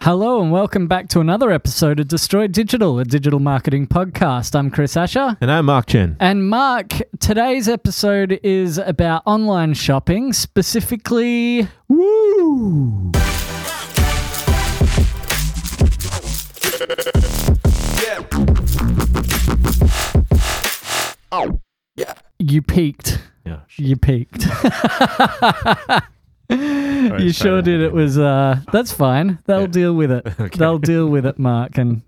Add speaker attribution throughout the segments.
Speaker 1: Hello and welcome back to another episode of Destroyed Digital, a digital marketing podcast. I'm Chris Asher.
Speaker 2: And I'm Mark Chen.
Speaker 1: And Mark, today's episode is about online shopping, specifically
Speaker 2: Woo!
Speaker 1: you peaked.
Speaker 2: Yeah.
Speaker 1: You peaked. you
Speaker 2: sorry,
Speaker 1: sure
Speaker 2: that
Speaker 1: did. It
Speaker 2: happened.
Speaker 1: was uh that's fine. They'll
Speaker 2: Yeah.
Speaker 1: deal with it.
Speaker 2: Okay.
Speaker 1: They'll deal with it, Mark. And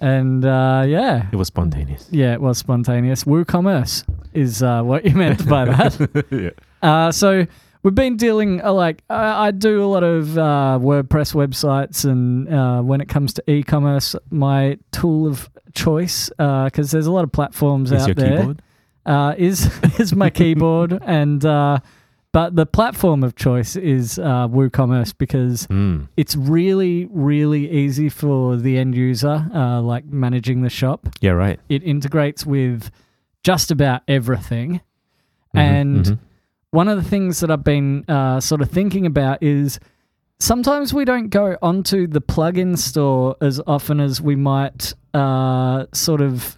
Speaker 1: and uh yeah.
Speaker 2: It was spontaneous.
Speaker 1: Yeah, it was spontaneous. WooCommerce is uh, what you meant by that.
Speaker 2: yeah.
Speaker 1: Uh, so we've been dealing uh, like I, I do a lot of uh, WordPress websites, and uh, when it comes to e-commerce, my tool of choice because there's a lot of platforms
Speaker 2: Is
Speaker 1: out
Speaker 2: your
Speaker 1: there
Speaker 2: keyboard?
Speaker 1: uh, is is my keyboard and. Uh, but the platform of choice is uh, WooCommerce because
Speaker 2: Mm.
Speaker 1: it's really, really easy for the end user, uh, like managing the shop
Speaker 2: Yeah, right.
Speaker 1: it integrates with just about everything.
Speaker 2: Mhm,
Speaker 1: And
Speaker 2: mhm.
Speaker 1: one of the things that I've been uh, sort of thinking about is sometimes we don't go onto the plugin store as often as we might uh, sort of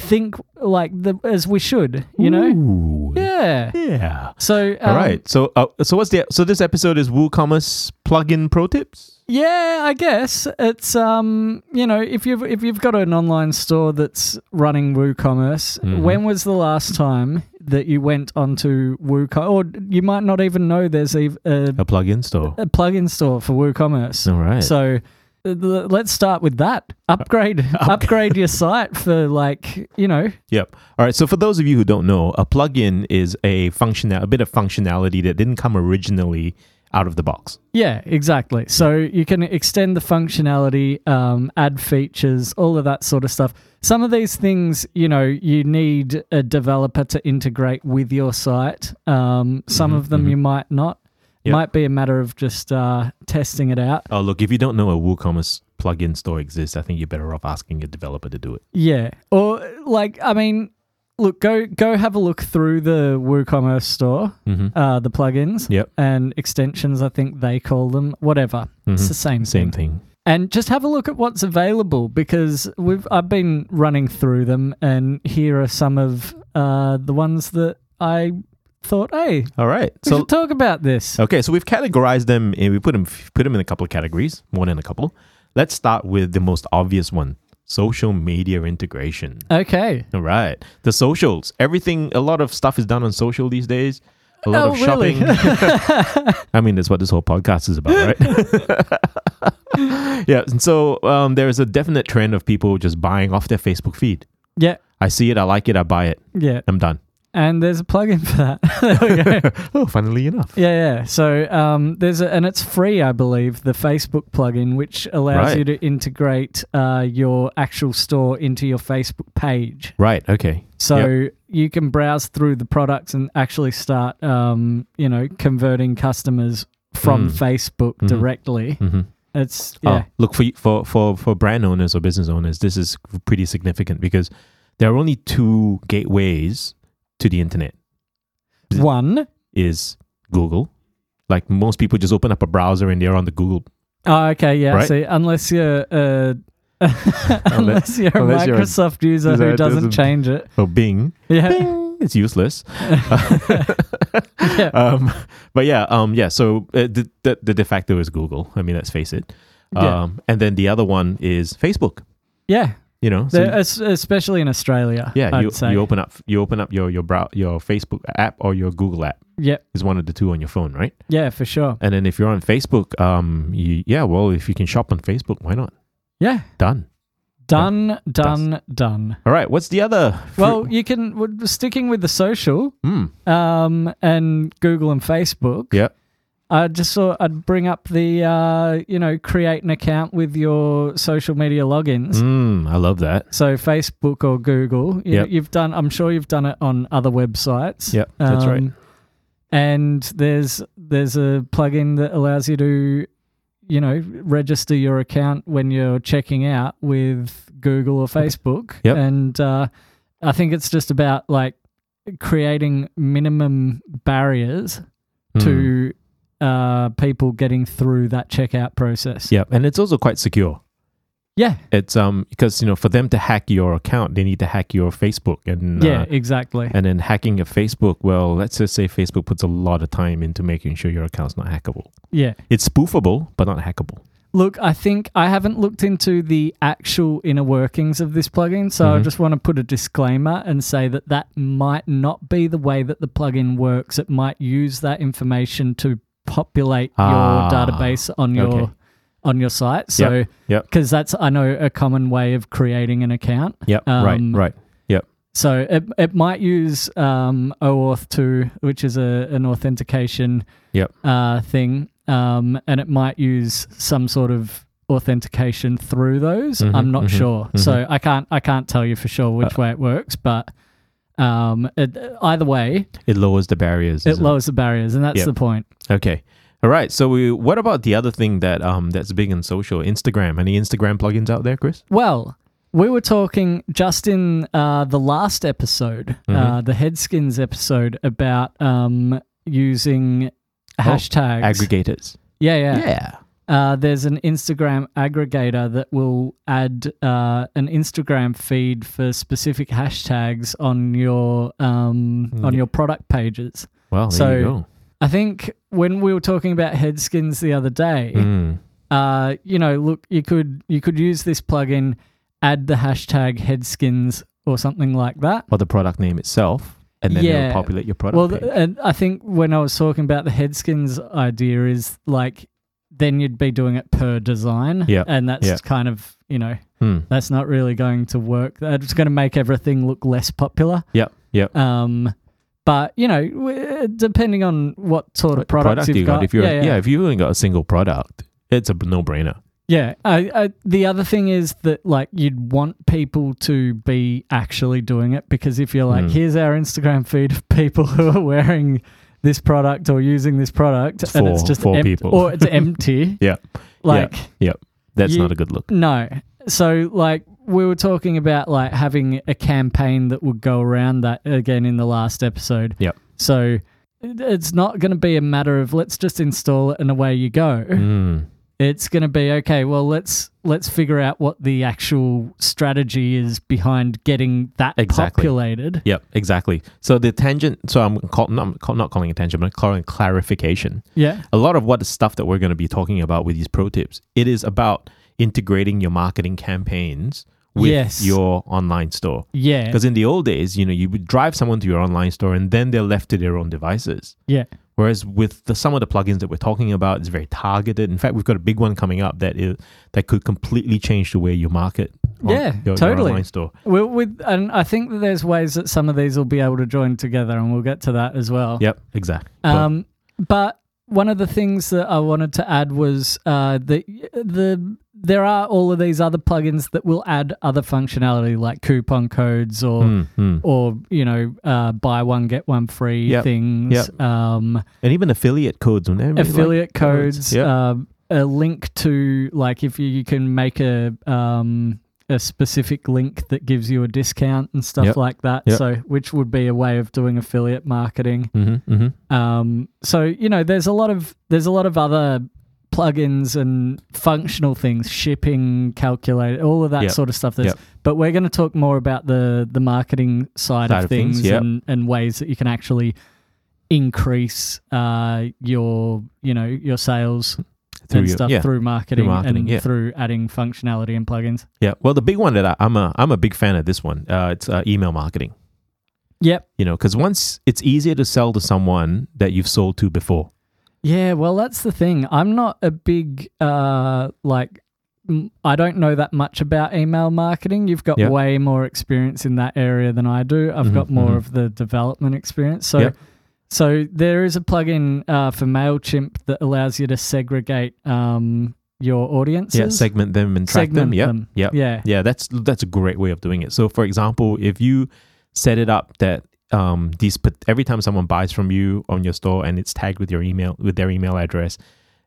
Speaker 1: think like the as we should, you know?
Speaker 2: Ooh.
Speaker 1: Yeah.
Speaker 2: Yeah.
Speaker 1: So um,
Speaker 2: All right. So, uh, so what's the so this episode is WooCommerce plugin pro tips?
Speaker 1: Yeah, I guess it's um, you know, if you've if you've got an online store that's running WooCommerce,
Speaker 2: Mhm.
Speaker 1: when was the last time that you went onto WooCommerce? Or you might not even know there's a a,
Speaker 2: A plugin store.
Speaker 1: a plugin store for WooCommerce.
Speaker 2: All right.
Speaker 1: So uh, l- let's start with that. Upgrade upgrade your site for like you know
Speaker 2: Yep. All right. So for those of you who don't know, a plugin is a function a bit of functionality that didn't come originally out of the box.
Speaker 1: Yeah, exactly. So you can extend the functionality, um, add features, all of that sort of stuff. Some of these things, you know, you need a developer to integrate with your site. Um, some
Speaker 2: Mhm,
Speaker 1: of them
Speaker 2: mhm.
Speaker 1: you might not.
Speaker 2: Yeah.
Speaker 1: Might be a matter of just uh, testing it out.
Speaker 2: Oh, look, if you don't know a WooCommerce plugin store exists, I think you're better off asking a developer to do it.
Speaker 1: Yeah, or like, I mean, look, go go have a look through the WooCommerce store,
Speaker 2: Mm-hmm.
Speaker 1: uh, the plugins
Speaker 2: Yep.
Speaker 1: and extensions. I think they call them whatever. It's the same
Speaker 2: mm-hmm. Same thing.
Speaker 1: and just have a look at what's available because we've I've been running through them and here are some of uh, the ones that I thought, hey,
Speaker 2: All right.
Speaker 1: we
Speaker 2: So Oh.
Speaker 1: should talk about this.
Speaker 2: Okay, so we've categorized them and we put them put them in a couple of categories, more than a couple. Let's start with the most obvious one: social media integration.
Speaker 1: Okay.
Speaker 2: All right, the socials. Everything, a lot of stuff is done on social these days. A lot
Speaker 1: Oh,
Speaker 2: of
Speaker 1: really?
Speaker 2: shopping. I mean, that's what this whole podcast is about, right? yeah. And so um, there is a definite trend of people just buying off their Facebook feed.
Speaker 1: Yeah.
Speaker 2: I see it, I like it, I buy it.
Speaker 1: Yeah.
Speaker 2: I'm done.
Speaker 1: And there's a plugin for that. there we go.
Speaker 2: Oh, funnily enough.
Speaker 1: Yeah, yeah. So um, there's a, and it's free, I believe, the Facebook plugin, which allows
Speaker 2: Right.
Speaker 1: you to integrate uh, your actual store into your Facebook page.
Speaker 2: Right. Okay.
Speaker 1: So you can browse through the products and actually start, um, you know, converting customers from
Speaker 2: Mm.
Speaker 1: Facebook
Speaker 2: Mhm.
Speaker 1: directly.
Speaker 2: Mm-hmm.
Speaker 1: It's
Speaker 2: Oh,
Speaker 1: yeah,
Speaker 2: look for, for for for brand owners or business owners. This is pretty significant because there are only two gateways to the internet. is it-
Speaker 1: one.
Speaker 2: Is Google, like most people, just open up a browser and they're on the Google.
Speaker 1: Oh, okay, yeah.
Speaker 2: Right?
Speaker 1: See, unless you're. Uh, unless you're a
Speaker 2: unless you're a
Speaker 1: Microsoft user
Speaker 2: user
Speaker 1: who
Speaker 2: that
Speaker 1: doesn't
Speaker 2: doesn't-
Speaker 1: change it,
Speaker 2: Oh, Bing.
Speaker 1: yeah,
Speaker 2: Bing. It's useless.
Speaker 1: yeah,
Speaker 2: Um, but yeah, um, yeah. So uh, the, the the de facto is Google. I mean, let's face it. Um,
Speaker 1: Yeah.
Speaker 2: And then the other one is Facebook.
Speaker 1: yeah.
Speaker 2: You know, so
Speaker 1: There- es- especially in Australia,
Speaker 2: yeah,
Speaker 1: I'd
Speaker 2: you,
Speaker 1: say.
Speaker 2: you open up you open up your your brow, your Facebook app or your Google app
Speaker 1: yeah,
Speaker 2: is one of the two on your phone, right?
Speaker 1: yeah, for sure.
Speaker 2: And then if you're on Facebook, um, you, yeah, well, if you can shop on Facebook, why not?
Speaker 1: Yeah,
Speaker 2: Done.
Speaker 1: done, done, done.
Speaker 2: All right. What's the other? fr-
Speaker 1: Well, you can w- sticking with the social.
Speaker 2: mm,
Speaker 1: um, and Google and Facebook.
Speaker 2: Yep.
Speaker 1: I just thought I'd bring up the, uh, you know, create an account with your social media logins.
Speaker 2: mm, I love that.
Speaker 1: So Facebook or Google, you,
Speaker 2: Yep.
Speaker 1: you've done. I'm sure you've done it on other websites.
Speaker 2: Yep, that's
Speaker 1: Um,
Speaker 2: right.
Speaker 1: And there's there's a plugin that allows you to, you know, register your account when you're checking out with Google or Facebook.
Speaker 2: Yep.
Speaker 1: And uh, I think it's just about like creating minimum barriers
Speaker 2: Mm,
Speaker 1: to uh, people getting through that checkout process.
Speaker 2: Yeah, and it's also quite secure.
Speaker 1: Yeah,
Speaker 2: It's um because you know for them to hack your account, they need to hack your Facebook and
Speaker 1: yeah,
Speaker 2: uh,
Speaker 1: exactly.
Speaker 2: and then hacking your Facebook. Well, let's just say Facebook puts a lot of time into making sure your account's not hackable.
Speaker 1: Yeah.
Speaker 2: It's spoofable, but not hackable.
Speaker 1: Look, I think I haven't looked into the actual inner workings of this plugin, so I
Speaker 2: Mhm.
Speaker 1: just want to put a disclaimer and say that that might not be the way that the plugin works. It might use that information to populate
Speaker 2: Ah,
Speaker 1: your database on your
Speaker 2: okay.
Speaker 1: on your site. So,
Speaker 2: yep.
Speaker 1: because that's I know a common way of creating an account.
Speaker 2: Yep. right.
Speaker 1: Um,
Speaker 2: Right.
Speaker 1: So it, it might use um, OAuth 2, which is a, an authentication
Speaker 2: Yep.
Speaker 1: uh, thing, um, and it might use some sort of authentication through those.
Speaker 2: Mhm,
Speaker 1: I'm not
Speaker 2: mhm,
Speaker 1: sure, so I can't I can't tell you for sure which
Speaker 2: Uh,
Speaker 1: way it works, but um, it, either way,
Speaker 2: It lowers the barriers.
Speaker 1: it
Speaker 2: isn't
Speaker 1: lowers the barriers, and that's
Speaker 2: Yep.
Speaker 1: the point.
Speaker 2: Okay. All right. So we. What about the other thing that um that's big in social? Instagram. Any Instagram plugins out there, Chris?
Speaker 1: Well, we were talking just in uh, the last episode,
Speaker 2: Mm-hmm.
Speaker 1: uh, the Headskins episode, about um, using
Speaker 2: Oh,
Speaker 1: hashtags.
Speaker 2: Aggregators.
Speaker 1: yeah, yeah. Uh, there's an Instagram aggregator that will add uh, an Instagram feed for specific hashtags on your um, on
Speaker 2: Yeah.
Speaker 1: your product pages.
Speaker 2: Well, there
Speaker 1: So-
Speaker 2: you go.
Speaker 1: I think when we were talking about headskins the other day,
Speaker 2: Mm.
Speaker 1: uh, you know, look, you could you could use this plugin, add the hashtag headskins or something like that.
Speaker 2: Or the product name itself, and then
Speaker 1: Yeah.
Speaker 2: it'll populate your product.
Speaker 1: Well,
Speaker 2: page.
Speaker 1: th- and I think when I was talking about the headskins idea is like then you'd be doing it per design,
Speaker 2: Yeah,
Speaker 1: and that's
Speaker 2: yeah.
Speaker 1: kind of you know
Speaker 2: Hmm.
Speaker 1: that's not really going to work. That's going to make everything look less popular.
Speaker 2: Yep. Yep.
Speaker 1: Um, but you know, w- uh, depending on what sort of products
Speaker 2: you
Speaker 1: you've got,
Speaker 2: If you're,
Speaker 1: yeah, yeah.
Speaker 2: if you only got a single product, it's a no-brainer.
Speaker 1: Yeah, I, I, the other thing is that like you'd want people to be actually doing it because if you're like,
Speaker 2: Mm.
Speaker 1: here's our Instagram feed of people who are wearing this product or using this product, and it's
Speaker 2: For-
Speaker 1: just
Speaker 2: for
Speaker 1: emp-
Speaker 2: people.
Speaker 1: or it's empty.
Speaker 2: Yeah.
Speaker 1: like
Speaker 2: That's
Speaker 1: You-
Speaker 2: not a good look.
Speaker 1: no. So like we were talking about like having a campaign that would go around that again in the last episode.
Speaker 2: Yep.
Speaker 1: So it- it's not going to be a matter of let's just install it and away you go
Speaker 2: Mm.
Speaker 1: it's going to be okay well let's let's figure out what the actual strategy is behind getting that
Speaker 2: Exactly.
Speaker 1: populated
Speaker 2: Yep, exactly. So the tangent. So I'm call, not, I'm call- not calling it tangent. I'm calling it clarification.
Speaker 1: yeah
Speaker 2: A lot of what the stuff that we're going to be talking about with these pro tips, it is about integrating your marketing campaigns with
Speaker 1: Yes.
Speaker 2: your online store.
Speaker 1: yeah
Speaker 2: Because in the old days, you know, you would drive someone to your online store and then they're left to their own devices.
Speaker 1: yeah
Speaker 2: Whereas with the, some of the plugins that we're talking about, it's very targeted. In fact, we've got a big one coming up that is that could completely change the way you market. on
Speaker 1: Yeah,
Speaker 2: your, Your
Speaker 1: totally.
Speaker 2: online store.
Speaker 1: well with and i think that there's ways that some of these will be able to join together and we'll get to that as well
Speaker 2: Yep, exactly.
Speaker 1: um but one of the things that i wanted to add was uh that the there are all of these other plugins that will add other functionality like coupon codes or
Speaker 2: Hmm. Mm-hmm.
Speaker 1: or you know uh, buy one get one free
Speaker 2: Yep.
Speaker 1: things
Speaker 2: Yep.
Speaker 1: um
Speaker 2: and even affiliate codes. and everything, like-
Speaker 1: affiliate codes,
Speaker 2: codes, yeah.
Speaker 1: um, a link to like if you, you can make a um, a specific link that gives you a discount and stuff
Speaker 2: Yep.
Speaker 1: like that.
Speaker 2: Yep.
Speaker 1: So which would be a way of doing affiliate marketing.
Speaker 2: Mhm, mhm.
Speaker 1: Um, so you know, there's a lot of there's a lot of other plugins and functional things, shipping calculator, all of that
Speaker 2: Yep.
Speaker 1: sort of stuff. There's,
Speaker 2: Yep.
Speaker 1: But we're going to talk more about the the marketing side,
Speaker 2: Side
Speaker 1: of
Speaker 2: of
Speaker 1: things,
Speaker 2: things, yep.
Speaker 1: and, and ways that you can actually increase uh, your you know your sales
Speaker 2: Through
Speaker 1: and
Speaker 2: your-
Speaker 1: stuff
Speaker 2: yeah,
Speaker 1: through marketing,
Speaker 2: marketing,
Speaker 1: and
Speaker 2: yeah.
Speaker 1: through adding functionality and plugins.
Speaker 2: Yeah. Well, the big one that I, I'm a I'm a big fan of this one. Uh, it's uh, email marketing.
Speaker 1: Yep.
Speaker 2: You know, because once it's easier to sell to someone that you've sold to before.
Speaker 1: Yeah, well, that's the thing. I'm not a big uh like m- I don't know that much about email marketing. You've got
Speaker 2: Yeah.
Speaker 1: way more experience in that area than I do. I've got
Speaker 2: Mhm,
Speaker 1: more
Speaker 2: mhm.
Speaker 1: of the development experience. So
Speaker 2: Yeah.
Speaker 1: so there is a plugin uh, for Mailchimp that allows you to segregate um your audiences.
Speaker 2: Yeah. Segment them and track
Speaker 1: segment
Speaker 2: them. Yep.
Speaker 1: them.
Speaker 2: Yep.
Speaker 1: Yeah.
Speaker 2: Yeah, that's that's a great way of doing it. So, for example, if you set it up that um, these pat- every time someone buys from you on your store and it's tagged with your email with their email address,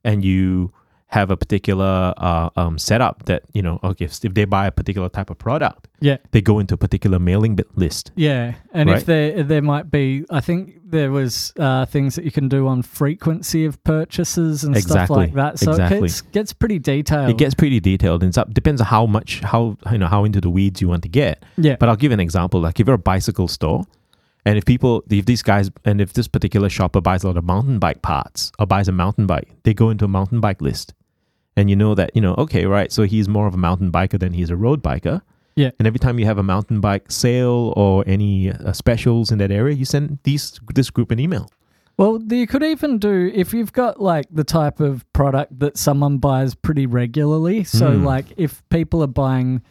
Speaker 2: and you have a particular uh, um, setup that you know okay if, if they buy a particular type of product
Speaker 1: Yeah.
Speaker 2: they go into a particular mailing bit list
Speaker 1: Yeah, and if
Speaker 2: Right.
Speaker 1: there there might be, I think there was uh, things that you can do on frequency of purchases and
Speaker 2: Exactly.
Speaker 1: stuff like that. So
Speaker 2: Exactly.
Speaker 1: it gets, gets pretty detailed.
Speaker 2: it gets pretty detailed and it's up depends on how much how you know how into the weeds you want to get
Speaker 1: yeah,
Speaker 2: but i'll give an example like if you're a bicycle store and if people if these guys and if this particular shopper buys a lot of mountain bike parts or buys a mountain bike they go into a mountain bike list and you know that you know okay right so he's more of a mountain biker than he's a road biker
Speaker 1: Yeah.
Speaker 2: and every time you have a mountain bike sale or any uh, specials in that area you send these this group an email
Speaker 1: Well, th- you could even do if you've got like the type of product that someone buys pretty regularly. So
Speaker 2: Mm.
Speaker 1: like if people are buying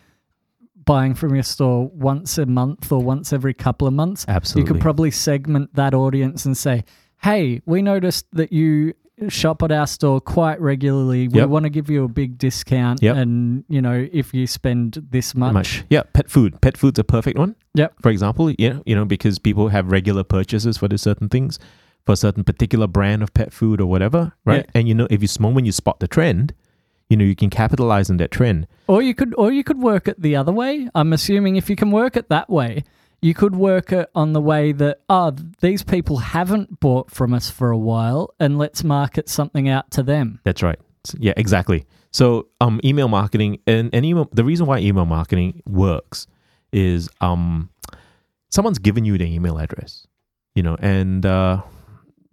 Speaker 1: buying from your store once a month or once every couple of months,
Speaker 2: absolutely
Speaker 1: you could probably segment that audience and say, "Hey, we noticed that you shop at our store quite regularly. We
Speaker 2: Yep.
Speaker 1: want to give you a big discount
Speaker 2: Yep.
Speaker 1: and, you know, if you spend this much."
Speaker 2: much. Yeah, pet food. Pet food's a perfect one.
Speaker 1: Yep.
Speaker 2: For example, yeah, you know, because people have regular purchases for the certain things, for a certain particular brand of pet food or whatever, right?
Speaker 1: Yeah.
Speaker 2: And you know, if you s- moment you spot the trend, you know, you can capitalize on that trend.
Speaker 1: Or you could or you could work it the other way. I'm assuming if you can work it that way, you could work it on the way that ah these people haven't bought from us for a while and let's market something out to them.
Speaker 2: That's right. S- Yeah, exactly. So, um, email marketing and, and email. The reason why email marketing works is um, someone's given you their email address, you know, and uh,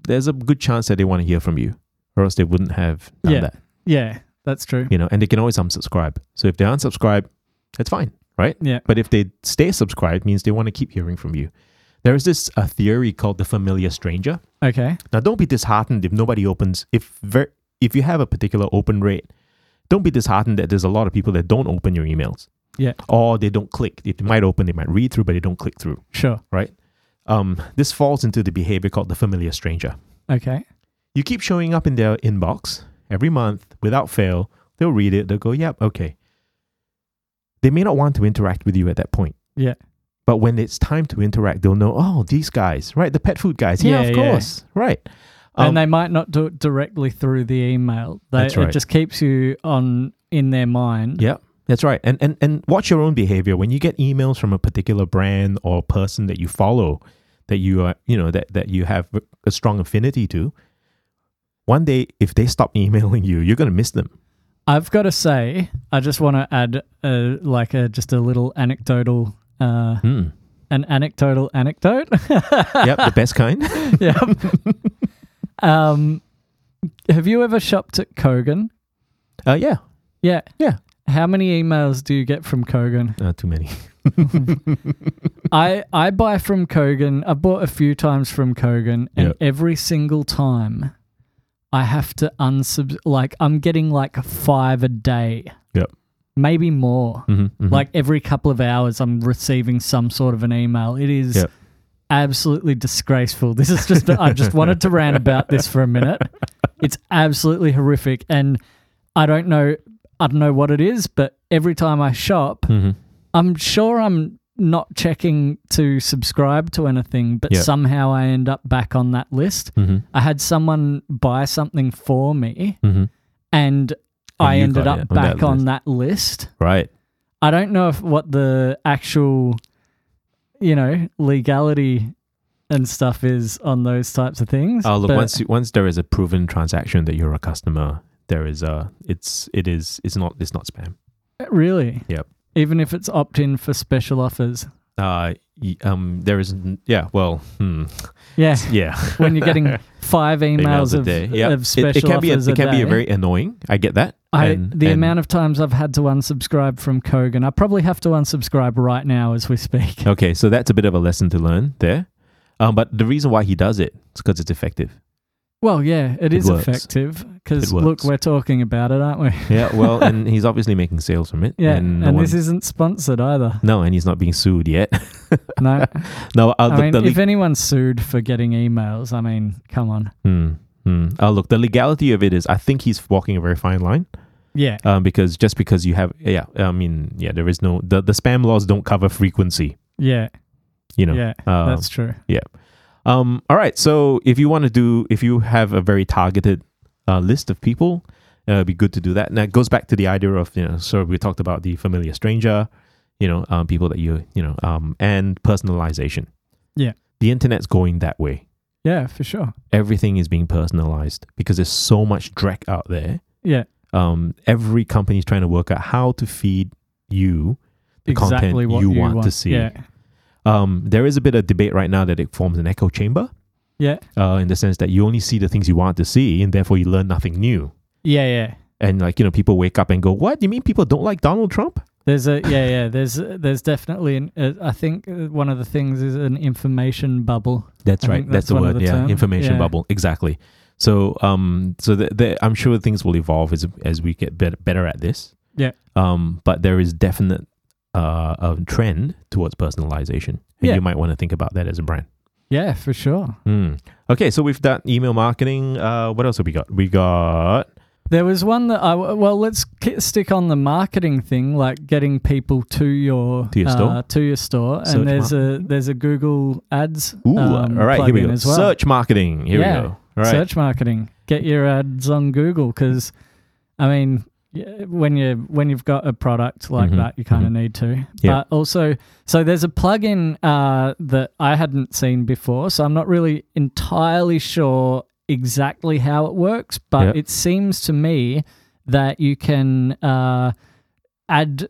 Speaker 2: there's a good chance that they want to hear from you, or else they wouldn't have done
Speaker 1: Yeah.
Speaker 2: that.
Speaker 1: Yeah, that's true.
Speaker 2: you know, and they can always unsubscribe. So if they unsubscribe, that's fine, right?
Speaker 1: Yeah.
Speaker 2: But if they stay subscribed, means they want to keep hearing from you. There is this uh, theory called the familiar stranger.
Speaker 1: Okay.
Speaker 2: Now, don't be disheartened if nobody opens. If ver- if you have a particular open rate, don't be disheartened that there's a lot of people that don't open your emails.
Speaker 1: Yeah.
Speaker 2: Or they don't click. They might open, they might read through, but they don't click through.
Speaker 1: Sure.
Speaker 2: Um, this falls into the behavior called the familiar stranger.
Speaker 1: Okay.
Speaker 2: You keep showing up in their inbox every month without fail. They'll read it. They'll go, yep, okay. They may not want to interact with you at that point.
Speaker 1: Yeah.
Speaker 2: But when it's time to interact, they'll know, oh, these guys, right? The pet food guys. Yeah,
Speaker 1: Yeah,
Speaker 2: of
Speaker 1: yeah.
Speaker 2: course. Right. Um,
Speaker 1: and they might not do it directly through the email. They,
Speaker 2: That's right.
Speaker 1: It just keeps you on in their mind.
Speaker 2: yeah, that's right. And, and, and watch your own behavior. When you get emails from a particular brand or person that you follow, that you are, you know, that, that you have a strong affinity to, one day, if they stop emailing you, you're going to miss them.
Speaker 1: I've got to say, I just want to add uh like a just a little anecdotal, uh,
Speaker 2: Mm.
Speaker 1: an anecdotal anecdote.
Speaker 2: Yep, the best kind.
Speaker 1: yep. um, have you ever shopped at Kogan?
Speaker 2: Uh, yeah,
Speaker 1: Yeah.
Speaker 2: Yeah.
Speaker 1: How many emails do you get from Kogan?
Speaker 2: Uh, too many.
Speaker 1: I I buy from Kogan. I bought a few times from Kogan, and
Speaker 2: Yep.
Speaker 1: every single time, I have to unsub. Like I'm getting like five a day.
Speaker 2: Yep.
Speaker 1: Maybe more.
Speaker 2: Mm-hmm,
Speaker 1: Like every couple of hours, I'm receiving some sort of an email. It is
Speaker 2: Yep.
Speaker 1: absolutely disgraceful. This is just, I just wanted to rant about this for a minute. It's absolutely horrific. And I don't know, I don't know what it is, but every time I shop,
Speaker 2: Mm-hmm,
Speaker 1: I'm sure I'm not checking to subscribe to anything, but
Speaker 2: Yep.
Speaker 1: somehow I end up back on that list.
Speaker 2: mm-hmm,
Speaker 1: I had someone buy something for me and, I
Speaker 2: you
Speaker 1: ended up
Speaker 2: got it on that
Speaker 1: back on that list.
Speaker 2: Right.
Speaker 1: I don't know if what the actual, you know, legality and stuff is on those types of things.
Speaker 2: Oh, look.
Speaker 1: but-
Speaker 2: Once you- once there is a proven transaction that you're a customer, there is a. It's it is it's not it's not spam.
Speaker 1: really,
Speaker 2: Yep.
Speaker 1: Even if it's opt in for special offers,
Speaker 2: Uh, y- um, there is n- yeah. Well, hmm,
Speaker 1: yeah.
Speaker 2: yeah.
Speaker 1: when you're getting five emails, of,
Speaker 2: Yep.
Speaker 1: of special
Speaker 2: it, it can be a,
Speaker 1: offers
Speaker 2: it can be a
Speaker 1: day,
Speaker 2: very annoying. I get that.
Speaker 1: I,
Speaker 2: And-
Speaker 1: the
Speaker 2: and-
Speaker 1: amount of times I've had to unsubscribe from Kogan, I probably have to unsubscribe right now as we speak.
Speaker 2: Okay, so that's a bit of a lesson to learn there. Um, but the reason why he does it is because it's effective.
Speaker 1: Well, yeah, it
Speaker 2: It
Speaker 1: is
Speaker 2: works.
Speaker 1: effective because
Speaker 2: It
Speaker 1: look,
Speaker 2: works.
Speaker 1: we're talking about it, aren't we?
Speaker 2: Yeah. Well, and he's obviously making sales from it.
Speaker 1: Yeah,
Speaker 2: And,
Speaker 1: and,
Speaker 2: no one-
Speaker 1: this isn't sponsored either.
Speaker 2: no, and he's not being sued yet.
Speaker 1: No,
Speaker 2: no, uh,
Speaker 1: I
Speaker 2: the,
Speaker 1: mean,
Speaker 2: the
Speaker 1: if anyone's sued for getting emails, I mean, come on.
Speaker 2: Hmm. Hmm. Uh, look, the legality of it is, I think he's walking a very fine line
Speaker 1: Yeah.
Speaker 2: um, because just because you have, yeah, I mean, yeah, there is no the, the spam laws don't cover frequency,
Speaker 1: Yeah.
Speaker 2: you know.
Speaker 1: yeah.
Speaker 2: Um,
Speaker 1: that's true.
Speaker 2: um, all right. So if you want to do, if you have a very targeted uh, list of people, Uh, it'd be good to do that. And that goes back to the idea of you know, so we talked about the familiar stranger, you know, um, people that you you know, um, and personalization.
Speaker 1: Yeah.
Speaker 2: the internet's going that way.
Speaker 1: Yeah, for sure.
Speaker 2: Everything is being personalized because there's so much dreck out there.
Speaker 1: Yeah,
Speaker 2: Um, every company's trying to work out how to feed you the
Speaker 1: exactly
Speaker 2: content
Speaker 1: what
Speaker 2: you, want, to see.
Speaker 1: Yeah,
Speaker 2: Um, there is a bit of debate right now that it forms an echo chamber.
Speaker 1: Yeah.
Speaker 2: Uh, in the sense that you only see the things you want to see, and therefore you learn nothing new.
Speaker 1: yeah, yeah.
Speaker 2: And like you know, people wake up and go, "What? You mean people don't like Donald Trump?"
Speaker 1: There's a yeah, yeah. There's there's definitely an. Uh, I think uh, one of the things is an information bubble.
Speaker 2: That's
Speaker 1: I
Speaker 2: right.
Speaker 1: think
Speaker 2: That's,
Speaker 1: that's
Speaker 2: the
Speaker 1: one of
Speaker 2: word.
Speaker 1: the
Speaker 2: yeah,
Speaker 1: term.
Speaker 2: information
Speaker 1: Yeah.
Speaker 2: bubble. Exactly. So, um, so the, the, I'm sure things will evolve as as we get better, better at this.
Speaker 1: Yeah.
Speaker 2: Um, but there is definite uh um, trend towards personalization, and
Speaker 1: Yeah.
Speaker 2: you might want to think about that as a brand.
Speaker 1: Yeah, for sure.
Speaker 2: Hmm. Okay, so we've done email marketing. Uh, what else have we got? We got
Speaker 1: There was one that I well, let's ki stick on the marketing thing, like getting people to your
Speaker 2: To your store?
Speaker 1: uh, to your store.
Speaker 2: Search
Speaker 1: and there's a there's a Google Ads.
Speaker 2: ooh.
Speaker 1: um,
Speaker 2: all right, here we
Speaker 1: plugin
Speaker 2: go.
Speaker 1: As well.
Speaker 2: Search marketing. Here
Speaker 1: Yeah.
Speaker 2: we go. All right.
Speaker 1: Search marketing. Get your ads on Google because, I mean, y- when you when you've got a product like
Speaker 2: Mhm,
Speaker 1: that, you kind of
Speaker 2: mhm.
Speaker 1: need to.
Speaker 2: Yeah.
Speaker 1: But also, so there's a plugin uh, that I hadn't seen before, so I'm not really entirely sure exactly how it works, but
Speaker 2: Yeah.
Speaker 1: it seems to me that you can uh, add.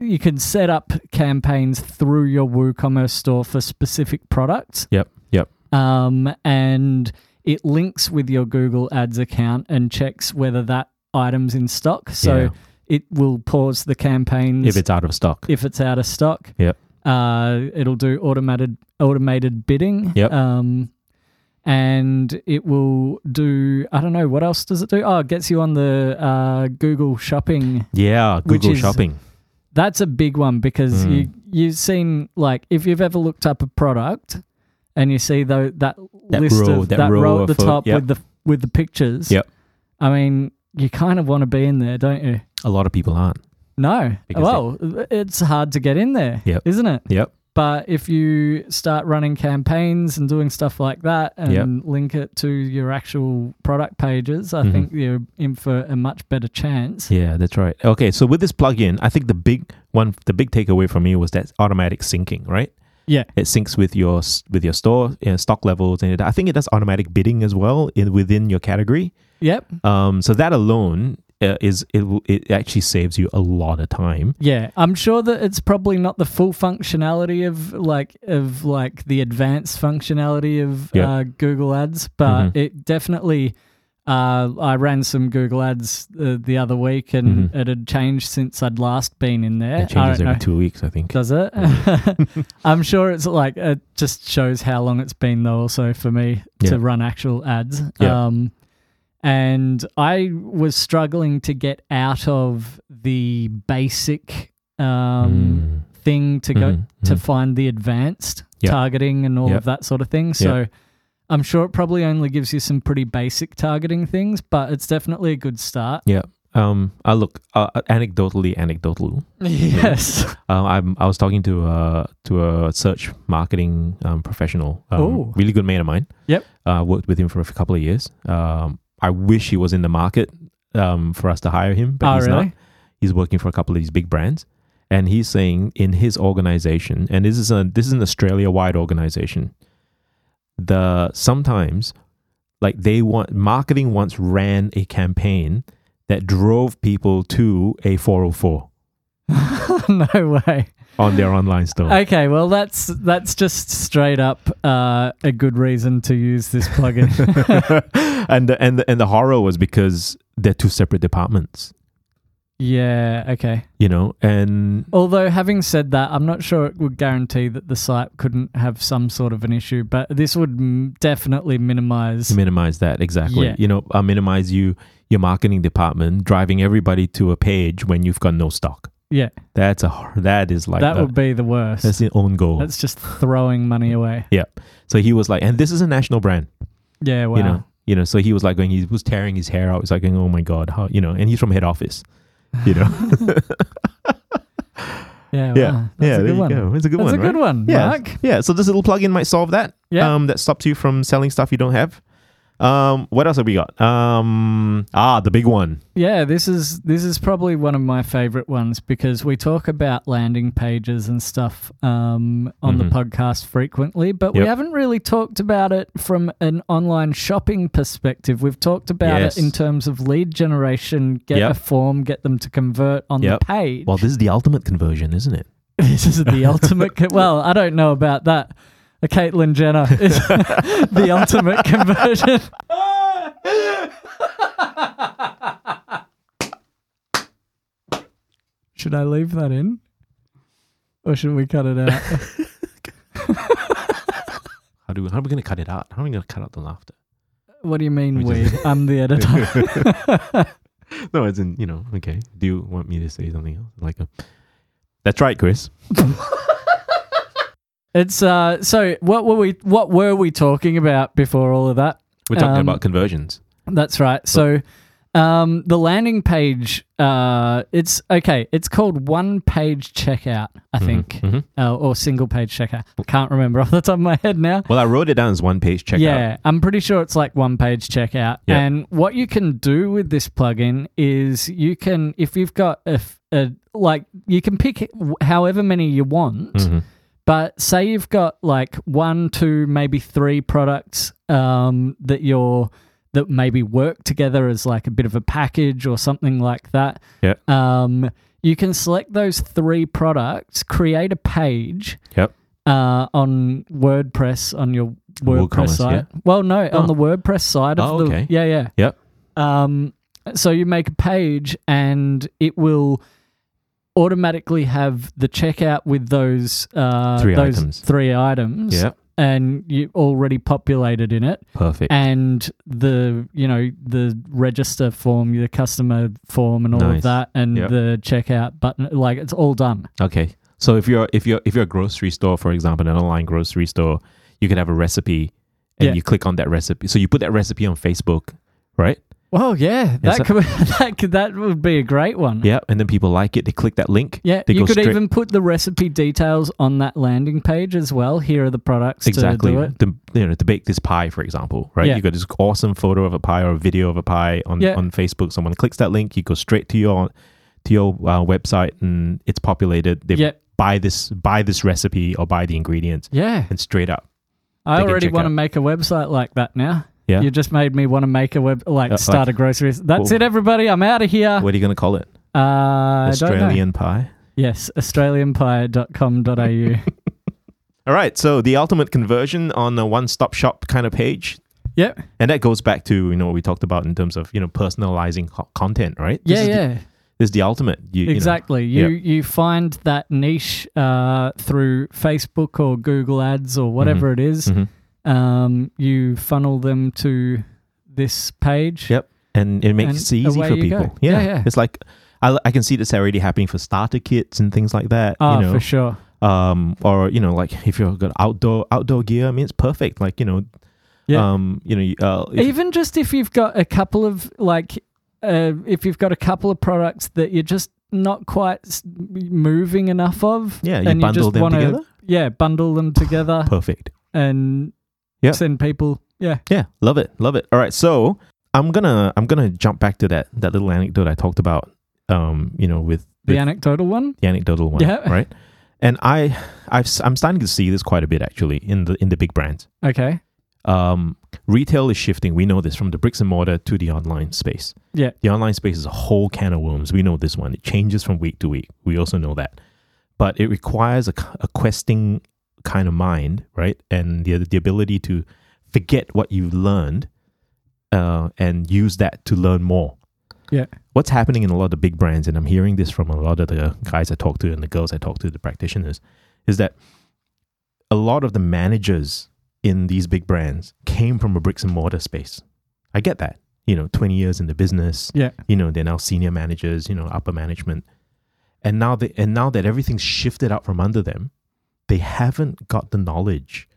Speaker 1: You can set up campaigns through your WooCommerce store for specific products,
Speaker 2: Yep. Yep.
Speaker 1: um, and it links with your Google Ads account and checks whether that item's in stock. So
Speaker 2: Yeah.
Speaker 1: it will pause the campaigns
Speaker 2: if it's out of stock.
Speaker 1: if it's out of stock.
Speaker 2: Yep.
Speaker 1: Uh, it'll do automated automated bidding.
Speaker 2: Yep.
Speaker 1: Um, and it will do. I don't know what else does it do. Oh, it gets you on the uh, Google Shopping
Speaker 2: yeah,
Speaker 1: Which
Speaker 2: Google
Speaker 1: is-
Speaker 2: Shopping.
Speaker 1: that's a big one because
Speaker 2: Mm.
Speaker 1: you you've seen like if you've ever looked up a product and you see though that,
Speaker 2: That
Speaker 1: list
Speaker 2: row-
Speaker 1: of
Speaker 2: that
Speaker 1: that,
Speaker 2: row
Speaker 1: row,
Speaker 2: of
Speaker 1: at the
Speaker 2: pho-
Speaker 1: top
Speaker 2: yep.
Speaker 1: with the with the pictures.
Speaker 2: Yep.
Speaker 1: I mean, you kind of want to be in there, don't you?
Speaker 2: A lot of people aren't.
Speaker 1: No.
Speaker 2: Because
Speaker 1: Well, it's hard to get in there,
Speaker 2: Yep.
Speaker 1: not it?
Speaker 2: Yep.
Speaker 1: But if you start running campaigns and doing stuff like that and
Speaker 2: Yep.
Speaker 1: link it to your actual product pages, I
Speaker 2: Mhm.
Speaker 1: think you're in for a much better chance.
Speaker 2: Yeah, that's right. Okay, so with this plugin, I think the big one, the big takeaway for me was that automatic syncing, right?
Speaker 1: Yeah.
Speaker 2: It syncs with your s- with your store you know, stock levels, and it, I think it does automatic bidding as well in, within your category.
Speaker 1: Yep.
Speaker 2: Um, so that alone uh, is it will- it actually saves you a lot of time.
Speaker 1: Yeah, I'm sure that it's probably not the full functionality of like of like the advanced functionality of
Speaker 2: Yeah.
Speaker 1: uh, Google Ads, but
Speaker 2: Mhm.
Speaker 1: it definitely. Uh, I ran some Google Ads uh, the other week, and
Speaker 2: Mhm.
Speaker 1: it had changed since I'd last been in there.
Speaker 2: It
Speaker 1: I
Speaker 2: changes
Speaker 1: don't
Speaker 2: every
Speaker 1: know.
Speaker 2: two weeks, I think.
Speaker 1: Does it? I'm sure it's like it just shows how long it's been though. Also for me
Speaker 2: Yeah.
Speaker 1: to run actual ads.
Speaker 2: Yeah.
Speaker 1: Um, and I was struggling to get out of the basic um,
Speaker 2: Mm,
Speaker 1: thing to go
Speaker 2: mm,
Speaker 1: to
Speaker 2: mm.
Speaker 1: find the advanced
Speaker 2: Yeah.
Speaker 1: targeting and all
Speaker 2: Yeah.
Speaker 1: of that sort of thing. So I'm sure it probably only gives you some pretty basic targeting things, but it's definitely a good start.
Speaker 2: um, I look uh, anecdotally, anecdotal.
Speaker 1: yes.
Speaker 2: Um, I'm, I was talking to uh, to a search marketing um, professional, um,
Speaker 1: Oh.
Speaker 2: really good mate of mine.
Speaker 1: Yep.
Speaker 2: uh, worked with him for a couple of years. Um, I wish he was in the market um, for us to hire him, but
Speaker 1: oh,
Speaker 2: he's
Speaker 1: really?
Speaker 2: not. He's working for a couple of these big brands, and he's saying in his organization, and this is a this is an Australia wide organization. The sometimes, like they want marketing once ran a campaign that drove people to a 404
Speaker 1: no way.
Speaker 2: on their online store.
Speaker 1: Okay, well that's that's just straight up uh, a good reason to use this plugin.
Speaker 2: and the, and the, and the horror was because they're two separate departments,
Speaker 1: yeah, okay.
Speaker 2: you know, and
Speaker 1: Although having said that, I'm not sure it would guarantee that the site couldn't have some sort of an issue, but this would m- definitely minimize.
Speaker 2: to minimize that exactly.
Speaker 1: Yeah.
Speaker 2: You know, uh, minimize you your marketing department driving everybody to a page when you've got no stock.
Speaker 1: Yeah.
Speaker 2: that's a hor- that is like
Speaker 1: that
Speaker 2: the-
Speaker 1: would be the worst.
Speaker 2: that's
Speaker 1: That's,
Speaker 2: the own goal.
Speaker 1: just throwing money away.
Speaker 2: so he was like, and this is a national brand,
Speaker 1: Yeah, wow.
Speaker 2: you know. You know, so he was like going, he was tearing his hair out. He's like going, oh my God, how, you know, and he's from head office, you know.
Speaker 1: yeah,
Speaker 2: yeah.
Speaker 1: wow. That's a
Speaker 2: yeah, there
Speaker 1: good
Speaker 2: you
Speaker 1: one.
Speaker 2: go. It's a good
Speaker 1: That's
Speaker 2: one.
Speaker 1: a
Speaker 2: right?
Speaker 1: good one,
Speaker 2: Yeah.
Speaker 1: Mark.
Speaker 2: Yeah, so this little plugin might solve that.
Speaker 1: Yeah.
Speaker 2: Um, that stops you from selling stuff you don't have. Um, what else have we got? Um, ah, the big one.
Speaker 1: Yeah, this is this is probably one of my favorite ones because we talk about landing pages and stuff um, on
Speaker 2: Mhm.
Speaker 1: the podcast frequently, but we
Speaker 2: Yep.
Speaker 1: haven't really talked about it from an online shopping perspective. We've talked about
Speaker 2: Yes.
Speaker 1: it in terms of lead generation, get
Speaker 2: Yep.
Speaker 1: a form, get them to convert on
Speaker 2: Yep.
Speaker 1: the page.
Speaker 2: Well, this is the ultimate conversion, isn't it?
Speaker 1: this is the ultimate. Co- well, I don't know about that. A Caitlyn Jenner is the ultimate conversion. Should I leave that in? Or should we cut it out?
Speaker 2: How do we, how are we going to cut it out? How are we going to cut out the laughter?
Speaker 1: what do you mean,
Speaker 2: We
Speaker 1: we?
Speaker 2: just-
Speaker 1: I'm the editor.
Speaker 2: No, as in you know. Okay, do you want me to say something else? Like, a, that's right, Chris.
Speaker 1: It's uh so what were we what were we talking about before all of that?
Speaker 2: We're talking
Speaker 1: Um,
Speaker 2: about conversions.
Speaker 1: That's right. So um the landing page uh it's okay, it's called one page checkout, I think.
Speaker 2: Mhm.
Speaker 1: uh, or single page checkout. I can't remember off the top of my head now.
Speaker 2: Well, I wrote it down as one page checkout.
Speaker 1: yeah, I'm pretty sure it's like one page checkout.
Speaker 2: Yeah.
Speaker 1: And what you can do with this plugin is you can, if you've got a, f- a- like, you can pick w- however many you want,
Speaker 2: Mhm.
Speaker 1: but say you've got like one, two, maybe three products um, that you're that maybe work together as like a bit of a package or something like that.
Speaker 2: Yeah.
Speaker 1: Um, you can select those three products, create a page.
Speaker 2: Yep.
Speaker 1: Uh, on WordPress on your WordPress
Speaker 2: WooCommerce,
Speaker 1: site. Well, no,
Speaker 2: Oh.
Speaker 1: on the WordPress side of
Speaker 2: Oh,
Speaker 1: the
Speaker 2: okay.
Speaker 1: yeah yeah
Speaker 2: Yep.
Speaker 1: Um, so you make a page and it will automatically have the checkout with those uh,
Speaker 2: Three
Speaker 1: those
Speaker 2: items.
Speaker 1: three items,
Speaker 2: Yeah.
Speaker 1: and you already populated in it,
Speaker 2: Perfect.
Speaker 1: and the you know the register form, the customer form, and all
Speaker 2: Nice.
Speaker 1: of that, and
Speaker 2: Yep.
Speaker 1: the checkout button, like it's all done.
Speaker 2: Okay. So if you're if you're if you're a grocery store, for example, an online grocery store, you could have a recipe, and
Speaker 1: Yeah.
Speaker 2: you click on that recipe. So you put that recipe on Facebook, right?
Speaker 1: Well, yeah,
Speaker 2: Yes,
Speaker 1: that could, that could, that would be a great one.
Speaker 2: Yeah. And then people like it. They click that link.
Speaker 1: Yeah,
Speaker 2: They
Speaker 1: you
Speaker 2: go
Speaker 1: could
Speaker 2: straight-
Speaker 1: even put the recipe details on that landing page as well. Here are the products
Speaker 2: Exactly.
Speaker 1: to do it.
Speaker 2: To, you know, to bake this pie, for example, right?
Speaker 1: Yeah.
Speaker 2: You got this awesome photo of a pie or a video of a pie on,
Speaker 1: Yeah.
Speaker 2: on Facebook. Someone clicks that link. You go straight to your to your uh, website, and it's populated. They
Speaker 1: Yeah.
Speaker 2: buy this buy this recipe or buy the ingredients,
Speaker 1: Yeah,
Speaker 2: and straight up.
Speaker 1: I
Speaker 2: they can
Speaker 1: already
Speaker 2: check
Speaker 1: want
Speaker 2: out.
Speaker 1: to make a website like that now.
Speaker 2: Yeah.
Speaker 1: You just made me want to make a web, like
Speaker 2: Uh,
Speaker 1: start a
Speaker 2: like-
Speaker 1: grocery. That's
Speaker 2: Whoa.
Speaker 1: it, everybody. I'm out of here.
Speaker 2: What are you going to call it?
Speaker 1: Uh, Ah. I don't know.
Speaker 2: Australian pie.
Speaker 1: Yes, australianpie.com.au.
Speaker 2: All right, so the ultimate conversion on a one-stop shop kind of page,
Speaker 1: yep.
Speaker 2: and that goes back to you know what we talked about in terms of you know personalizing co- content, right?
Speaker 1: Yeah,
Speaker 2: this
Speaker 1: yeah.
Speaker 2: Is the, this is the ultimate. You, you know.
Speaker 1: exactly. You,
Speaker 2: yeah.
Speaker 1: you, find that niche uh, through Facebook or Google Ads or whatever it is.
Speaker 2: Mhm.
Speaker 1: Um, you funnel them to this page.
Speaker 2: Yep, and it makes
Speaker 1: And
Speaker 2: it easy
Speaker 1: away
Speaker 2: for
Speaker 1: you
Speaker 2: people.
Speaker 1: go. Yeah, yeah.
Speaker 2: It's like I, I can see this already happening for starter kits and things like that.
Speaker 1: Oh,
Speaker 2: you know,
Speaker 1: for sure.
Speaker 2: um, or you know, like if you've got outdoor outdoor gear, I mean, it's perfect. Like you know,
Speaker 1: Yeah.
Speaker 2: um, you know, you- uh, if-
Speaker 1: Even just if you've got a couple of like, uh, if you've got a couple of products that you're just not quite s- moving enough of,
Speaker 2: yeah, you
Speaker 1: and
Speaker 2: bundle
Speaker 1: just
Speaker 2: them
Speaker 1: wanna, uh,
Speaker 2: together,
Speaker 1: Yeah, bundle them together
Speaker 2: perfect.
Speaker 1: and
Speaker 2: Yeah.
Speaker 1: send people. Yeah,
Speaker 2: Yeah, love it, love it. All right, so I'm gonna I'm gonna jump back to that that little anecdote I talked about. Um, you know, with
Speaker 1: the
Speaker 2: with
Speaker 1: anecdotal one.
Speaker 2: the anecdotal one,
Speaker 1: Yeah.
Speaker 2: right? And I I've, s- I'm starting to see this quite a bit actually in the in the big brands.
Speaker 1: Okay.
Speaker 2: Um, retail is shifting. We know this from the bricks and mortar to the online space.
Speaker 1: Yeah.
Speaker 2: The online space is a whole can of worms. We know this one. It changes from week to week. We also know that. But it requires a, k- a questing kind of mind, right? And the, the ability to forget what you've learned uh, and use that to learn more.
Speaker 1: Yeah.
Speaker 2: What's happening in a lot of big brands, and I'm hearing this from a lot of the guys I talk to and the girls I talk to, the practitioners, is that a lot of the managers in these big brands came from a bricks and mortar space. I get that. You know, 20 years in the business,
Speaker 1: Yeah.
Speaker 2: you know, they're now senior managers, you know, upper management. And now they and now that everything's shifted out from under them, they haven't got the knowledge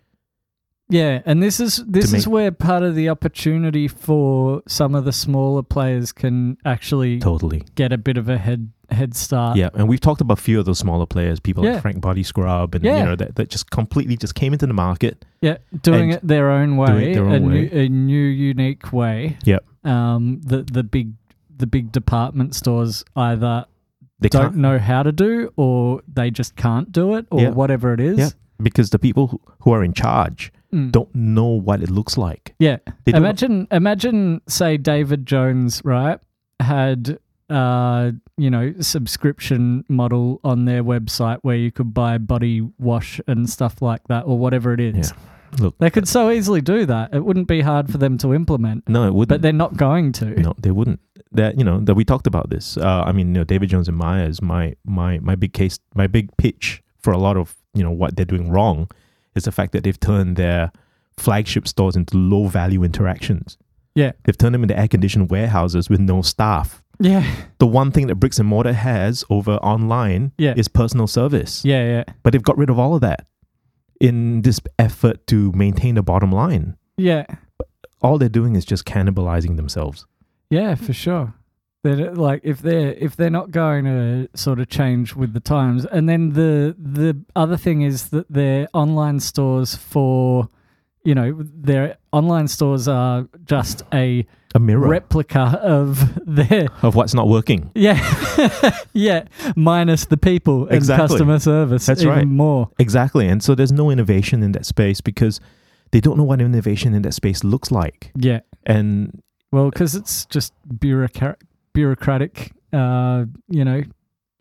Speaker 1: Yeah, and this is this
Speaker 2: To
Speaker 1: is
Speaker 2: make-
Speaker 1: where part of the opportunity for some of the smaller players can actually
Speaker 2: Totally.
Speaker 1: get a bit of a head head start.
Speaker 2: yeah, and we've talked about a few of those smaller players, people
Speaker 1: Uh, Yeah.
Speaker 2: like Frank Body Scrub, and
Speaker 1: Yeah.
Speaker 2: you know that, that just completely just came into the market.
Speaker 1: Yeah, doing
Speaker 2: And
Speaker 1: it their own way,
Speaker 2: doing it their
Speaker 1: a,
Speaker 2: own
Speaker 1: New, a new unique way.
Speaker 2: Yep.
Speaker 1: Um, the the big the big department stores either
Speaker 2: They
Speaker 1: don't
Speaker 2: can't
Speaker 1: know how to do, or they just can't do it, or
Speaker 2: Yeah.
Speaker 1: whatever it is.
Speaker 2: Yeah. because the people who- who are in charge
Speaker 1: Mm.
Speaker 2: don't know what it looks like.
Speaker 1: Yeah.
Speaker 2: They don't-
Speaker 1: imagine imagine say David Jones, right? Had uh, you know, subscription model on their website where you could buy body wash and stuff like that or whatever it is.
Speaker 2: Look,
Speaker 1: They could so easily do that. It wouldn't be hard for them to implement,
Speaker 2: no, it
Speaker 1: but
Speaker 2: wouldn't.
Speaker 1: they're not going to.
Speaker 2: no, they wouldn't. That you know that we talked about this. Uh, I mean, you know, David Jones and Maya is my my my big case, my big pitch for a lot of you know what they're doing wrong is the fact that they've turned their flagship stores into low value interactions.
Speaker 1: Yeah.
Speaker 2: they've turned them into air conditioned warehouses with no staff.
Speaker 1: Yeah.
Speaker 2: The one thing that bricks and mortar has over online
Speaker 1: Yeah.
Speaker 2: is personal service,
Speaker 1: Yeah, yeah.
Speaker 2: but they've got rid of all of that in this effort to maintain the bottom line.
Speaker 1: Yeah.
Speaker 2: All they're doing is just cannibalizing themselves.
Speaker 1: Yeah, for sure. That like if they're if they're not going to sort of change with the times, and then the the other thing is that their online stores for, you know, their online stores are just a
Speaker 2: A mirror
Speaker 1: replica of their
Speaker 2: of what's not working.
Speaker 1: yeah yeah minus the people and
Speaker 2: Exactly.
Speaker 1: customer service.
Speaker 2: That's
Speaker 1: even
Speaker 2: right.
Speaker 1: More
Speaker 2: Exactly. And so there's no innovation in that space because they don't know what innovation in that space looks like.
Speaker 1: yeah.
Speaker 2: And
Speaker 1: Well, because it's just bureaucratic bureaucratic. Uh, you know,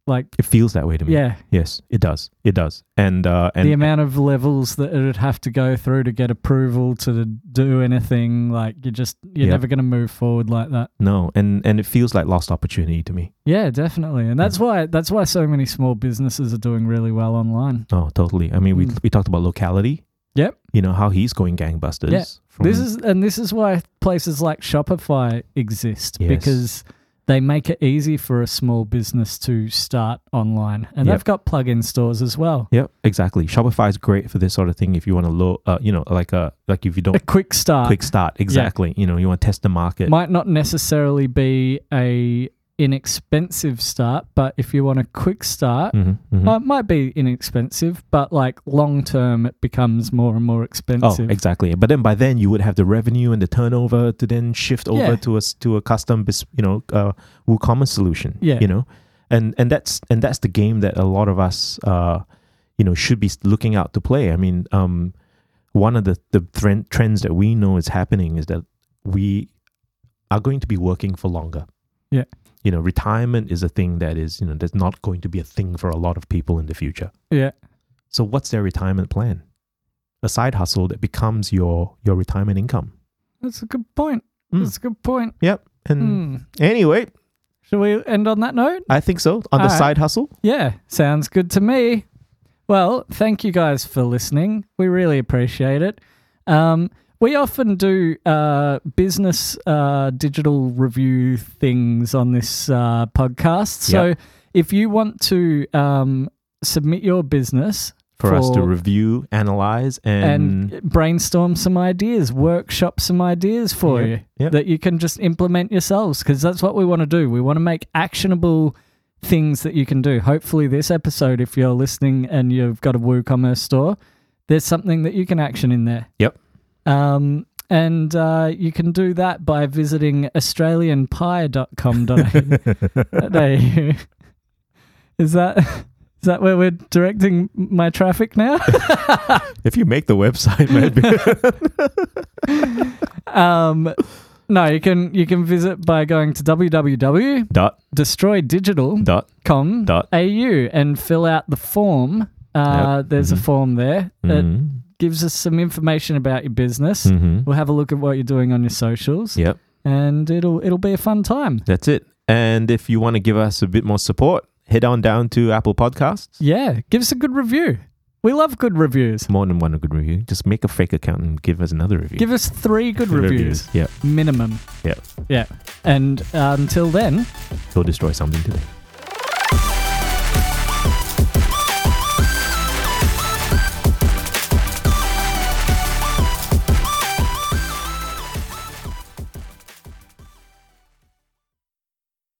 Speaker 1: like
Speaker 2: it feels that way to me.
Speaker 1: yeah.
Speaker 2: Yes, it does. It does. And uh and
Speaker 1: the amount of levels that it would have to go through to get approval to do anything like you're just you're
Speaker 2: Yeah.
Speaker 1: never going to move forward like that
Speaker 2: no, and and it feels like lost opportunity to me.
Speaker 1: yeah definitely and that's why that's why so many small businesses are doing really well online
Speaker 2: Oh, totally. I mean, we
Speaker 1: Mm.
Speaker 2: we talked about locality.
Speaker 1: Yep.
Speaker 2: You know how he's going gangbusters.
Speaker 1: Yeah.
Speaker 2: From,
Speaker 1: this is and this is why places like shopify exist
Speaker 2: Yes.
Speaker 1: because they make it easy for a small business to start online and
Speaker 2: Yep.
Speaker 1: they've got plug-in stores as well
Speaker 2: Yep, exactly. Shopify is great for this sort of thing. If you want to low, uh, you know, like a like if you
Speaker 1: a
Speaker 2: don't
Speaker 1: quick start
Speaker 2: quick start, exactly. You know, you want to test the market.
Speaker 1: might not necessarily be a inexpensive start but if you want a quick start
Speaker 2: Mhm, mhm.
Speaker 1: Well, it might be inexpensive, but like long term, it becomes more and more
Speaker 2: Oh,
Speaker 1: expensive.
Speaker 2: exactly. But then by then you would have the revenue and the turnover to then shift over
Speaker 1: Yeah.
Speaker 2: to a s- to a custom, bes- you know, uh, WooCommerce solution.
Speaker 1: Yeah.
Speaker 2: You know, and and that's and that's the game that a lot of us, uh, you know, should be s- looking out to play. I mean, um, one of the the trend, trends that we know is happening is that we are going to be working for longer.
Speaker 1: Yeah.
Speaker 2: You know, retirement is a thing that is you know that's not going to be a thing for a lot of people in the future.
Speaker 1: yeah,
Speaker 2: So what's their retirement plan? A side hustle that becomes your your retirement income.
Speaker 1: that's a good point.
Speaker 2: Mm.
Speaker 1: That's a good point.
Speaker 2: Yep. And
Speaker 1: Mm.
Speaker 2: anyway,
Speaker 1: Should we end on that note?
Speaker 2: I think so. On
Speaker 1: All
Speaker 2: the
Speaker 1: right.
Speaker 2: side hustle.
Speaker 1: Yeah, sounds good to me. Well, thank you guys for listening. We really appreciate it. Um, we often do uh, business uh, digital review things on this uh, podcast. So
Speaker 2: Yep.
Speaker 1: if you want to um, submit your business
Speaker 2: For, us to
Speaker 1: For-
Speaker 2: review, analyze, and,
Speaker 1: and brainstorm some ideas, workshop some ideas for
Speaker 2: Yep,
Speaker 1: you
Speaker 2: yep.
Speaker 1: that you can just implement yourselves because that's what we want to do. We want to make actionable things that you can do. Hopefully, this episode, if you're listening and you've got a WooCommerce store, there's something that you can action in there.
Speaker 2: Yep.
Speaker 1: Um, and uh, you can do that by visiting australianpie.com.au. is that is that where we're directing my traffic now?
Speaker 2: if you make the website, maybe
Speaker 1: um no you can you can visit by going to
Speaker 2: dot
Speaker 1: www.destroydigital.com
Speaker 2: dot dot.
Speaker 1: au and fill out the form uh, there's a
Speaker 2: Mhm.
Speaker 1: form there that
Speaker 2: Mhm.
Speaker 1: gives us some information about your business
Speaker 2: Mhm.
Speaker 1: we'll have a look at what you're doing on your socials
Speaker 2: Yep.
Speaker 1: and it'll it'll be a fun time
Speaker 2: That's it. And if you want to give us a bit more support, head on down to Apple Podcasts.
Speaker 1: yeah give us a good review we love good reviews
Speaker 2: More than one good review. Just make a fake account and give us another review.
Speaker 1: give us three good reviews
Speaker 2: Yeah.
Speaker 1: minimum
Speaker 2: Yeah.
Speaker 1: yeah and uh, until then
Speaker 2: He'll destroy something today.